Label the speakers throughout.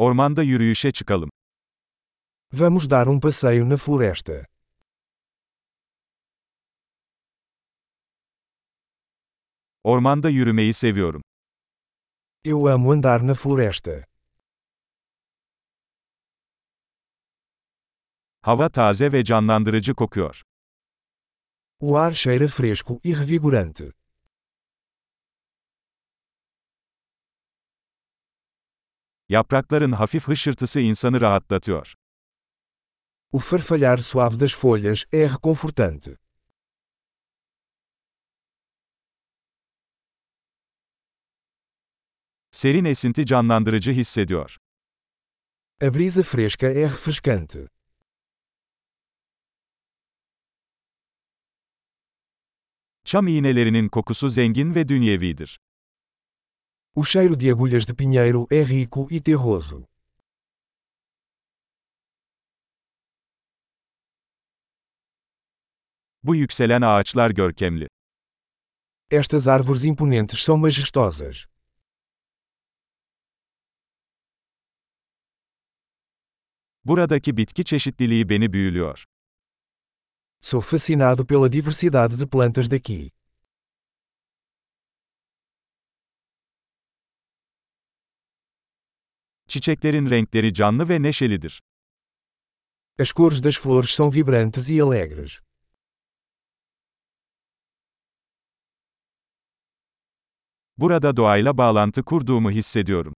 Speaker 1: Ormanda yürüyüşe çıkalım.
Speaker 2: Vamos dar um passeio na floresta.
Speaker 1: Ormanda yürümeyi seviyorum.
Speaker 2: Eu amo andar na floresta.
Speaker 1: Hava taze ve canlandırıcı kokuyor.
Speaker 2: O ar cheira fresco e revigorante.
Speaker 1: Yaprakların hafif hışırtısı insanı rahatlatıyor.
Speaker 2: O farfalhar suave das folhas é reconfortante.
Speaker 1: Serin esinti canlandırıcı hissediyor.
Speaker 2: A brisa fresca é refrescante.
Speaker 1: Çam iğnelerinin kokusu zengin ve dünyevidir.
Speaker 2: O cheiro de agulhas de pinheiro é rico e terroso.
Speaker 1: Bu yükselen ağaçlar görkemli.
Speaker 2: Estas árvores imponentes são majestosas.
Speaker 1: Buradaki bitki çeşitliliği beni büyülüyor.
Speaker 2: Sou fascinado pela diversidade de plantas daqui.
Speaker 1: Çiçeklerin renkleri canlı ve neşelidir.
Speaker 2: As cores das flores são vibrantes e alegres.
Speaker 1: Burada doğayla bağlantı kurduğumu hissediyorum.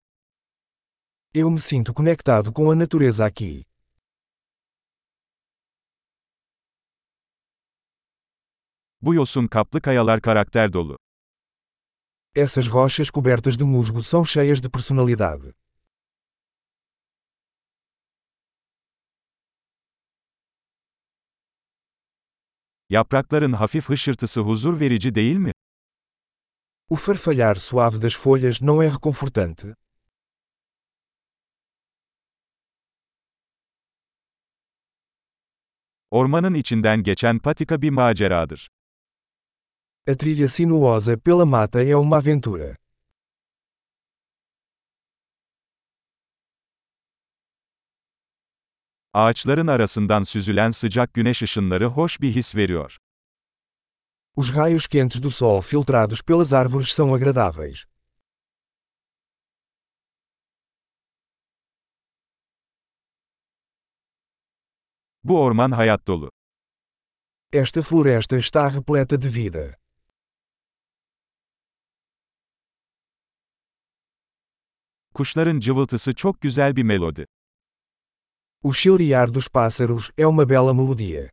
Speaker 2: Eu me sinto conectado com a natureza aqui.
Speaker 1: Bu yosun kaplı kayalar karakter dolu.
Speaker 2: Essas rochas cobertas de musgo são cheias de personalidade.
Speaker 1: Yaprakların hafif hışırtısı huzur verici değil mi?
Speaker 2: O farfalhar suave das folhas não é reconfortante?
Speaker 1: Ormanın içinden geçen patika bir maceradır.
Speaker 2: A trilha sinuosa pela mata é uma aventura.
Speaker 1: Ağaçların arasından süzülen sıcak güneş ışınları hoş bir his veriyor.
Speaker 2: Os raios quentes do sol filtrados pelas árvores são agradáveis.
Speaker 1: Bu orman hayat dolu.
Speaker 2: Esta floresta está repleta de vida.
Speaker 1: Kuşların cıvıltısı çok güzel bir melodi.
Speaker 2: O chilrear dos pássaros é uma bela melodia.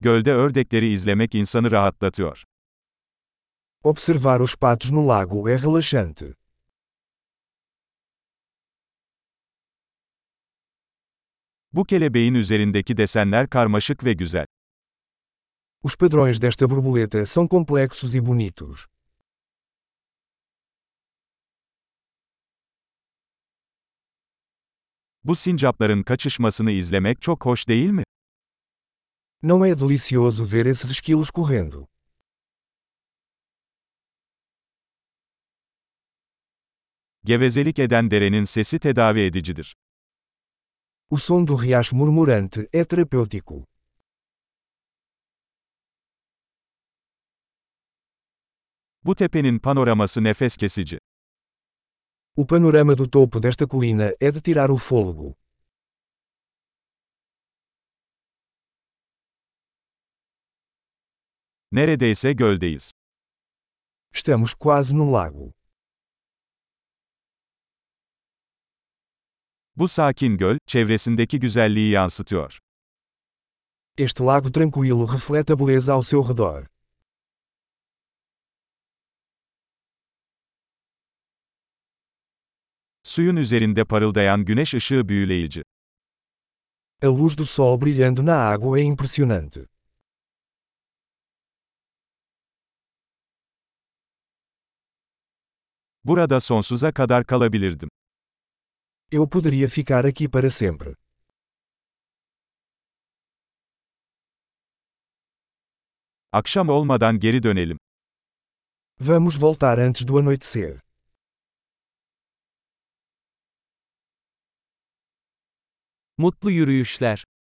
Speaker 1: Gölde ördekleri izlemek insanı rahatlatıyor.
Speaker 2: Observar os patos no lago é relaxante.
Speaker 1: Bu kelebeğin üzerindeki desenler karmaşık ve güzel.
Speaker 2: Os padrões desta borboleta são complexos e bonitos.
Speaker 1: Bu sincapların kaçışmasını izlemek çok hoş değil mi?
Speaker 2: Não é delicioso ver esses esquilos correndo.
Speaker 1: Gevezelik eden derenin sesi tedavi edicidir.
Speaker 2: O som do riacho murmurante é terapêutico.
Speaker 1: Bu tepenin panoraması nefes kesici.
Speaker 2: O panorama do topo desta colina é de tirar o fôlego.
Speaker 1: Neredeyse göldeyiz.
Speaker 2: Estamos quase no lago.
Speaker 1: Bu sakin göl, çevresindeki güzelliği yansıtıyor.
Speaker 2: Este lago tranquilo reflete a beleza ao seu redor.
Speaker 1: Suyun üzerinde parıldayan güneş ışığı büyüleyici.
Speaker 2: A luz do sol brilhando na água é impressionante.
Speaker 1: Burada sonsuza kadar kalabilirdim.
Speaker 2: Eu poderia ficar aqui para sempre.
Speaker 1: Akşam olmadan geri dönelim.
Speaker 2: Vamos voltar antes do anoitecer.
Speaker 1: Mutlu yürüyüşler.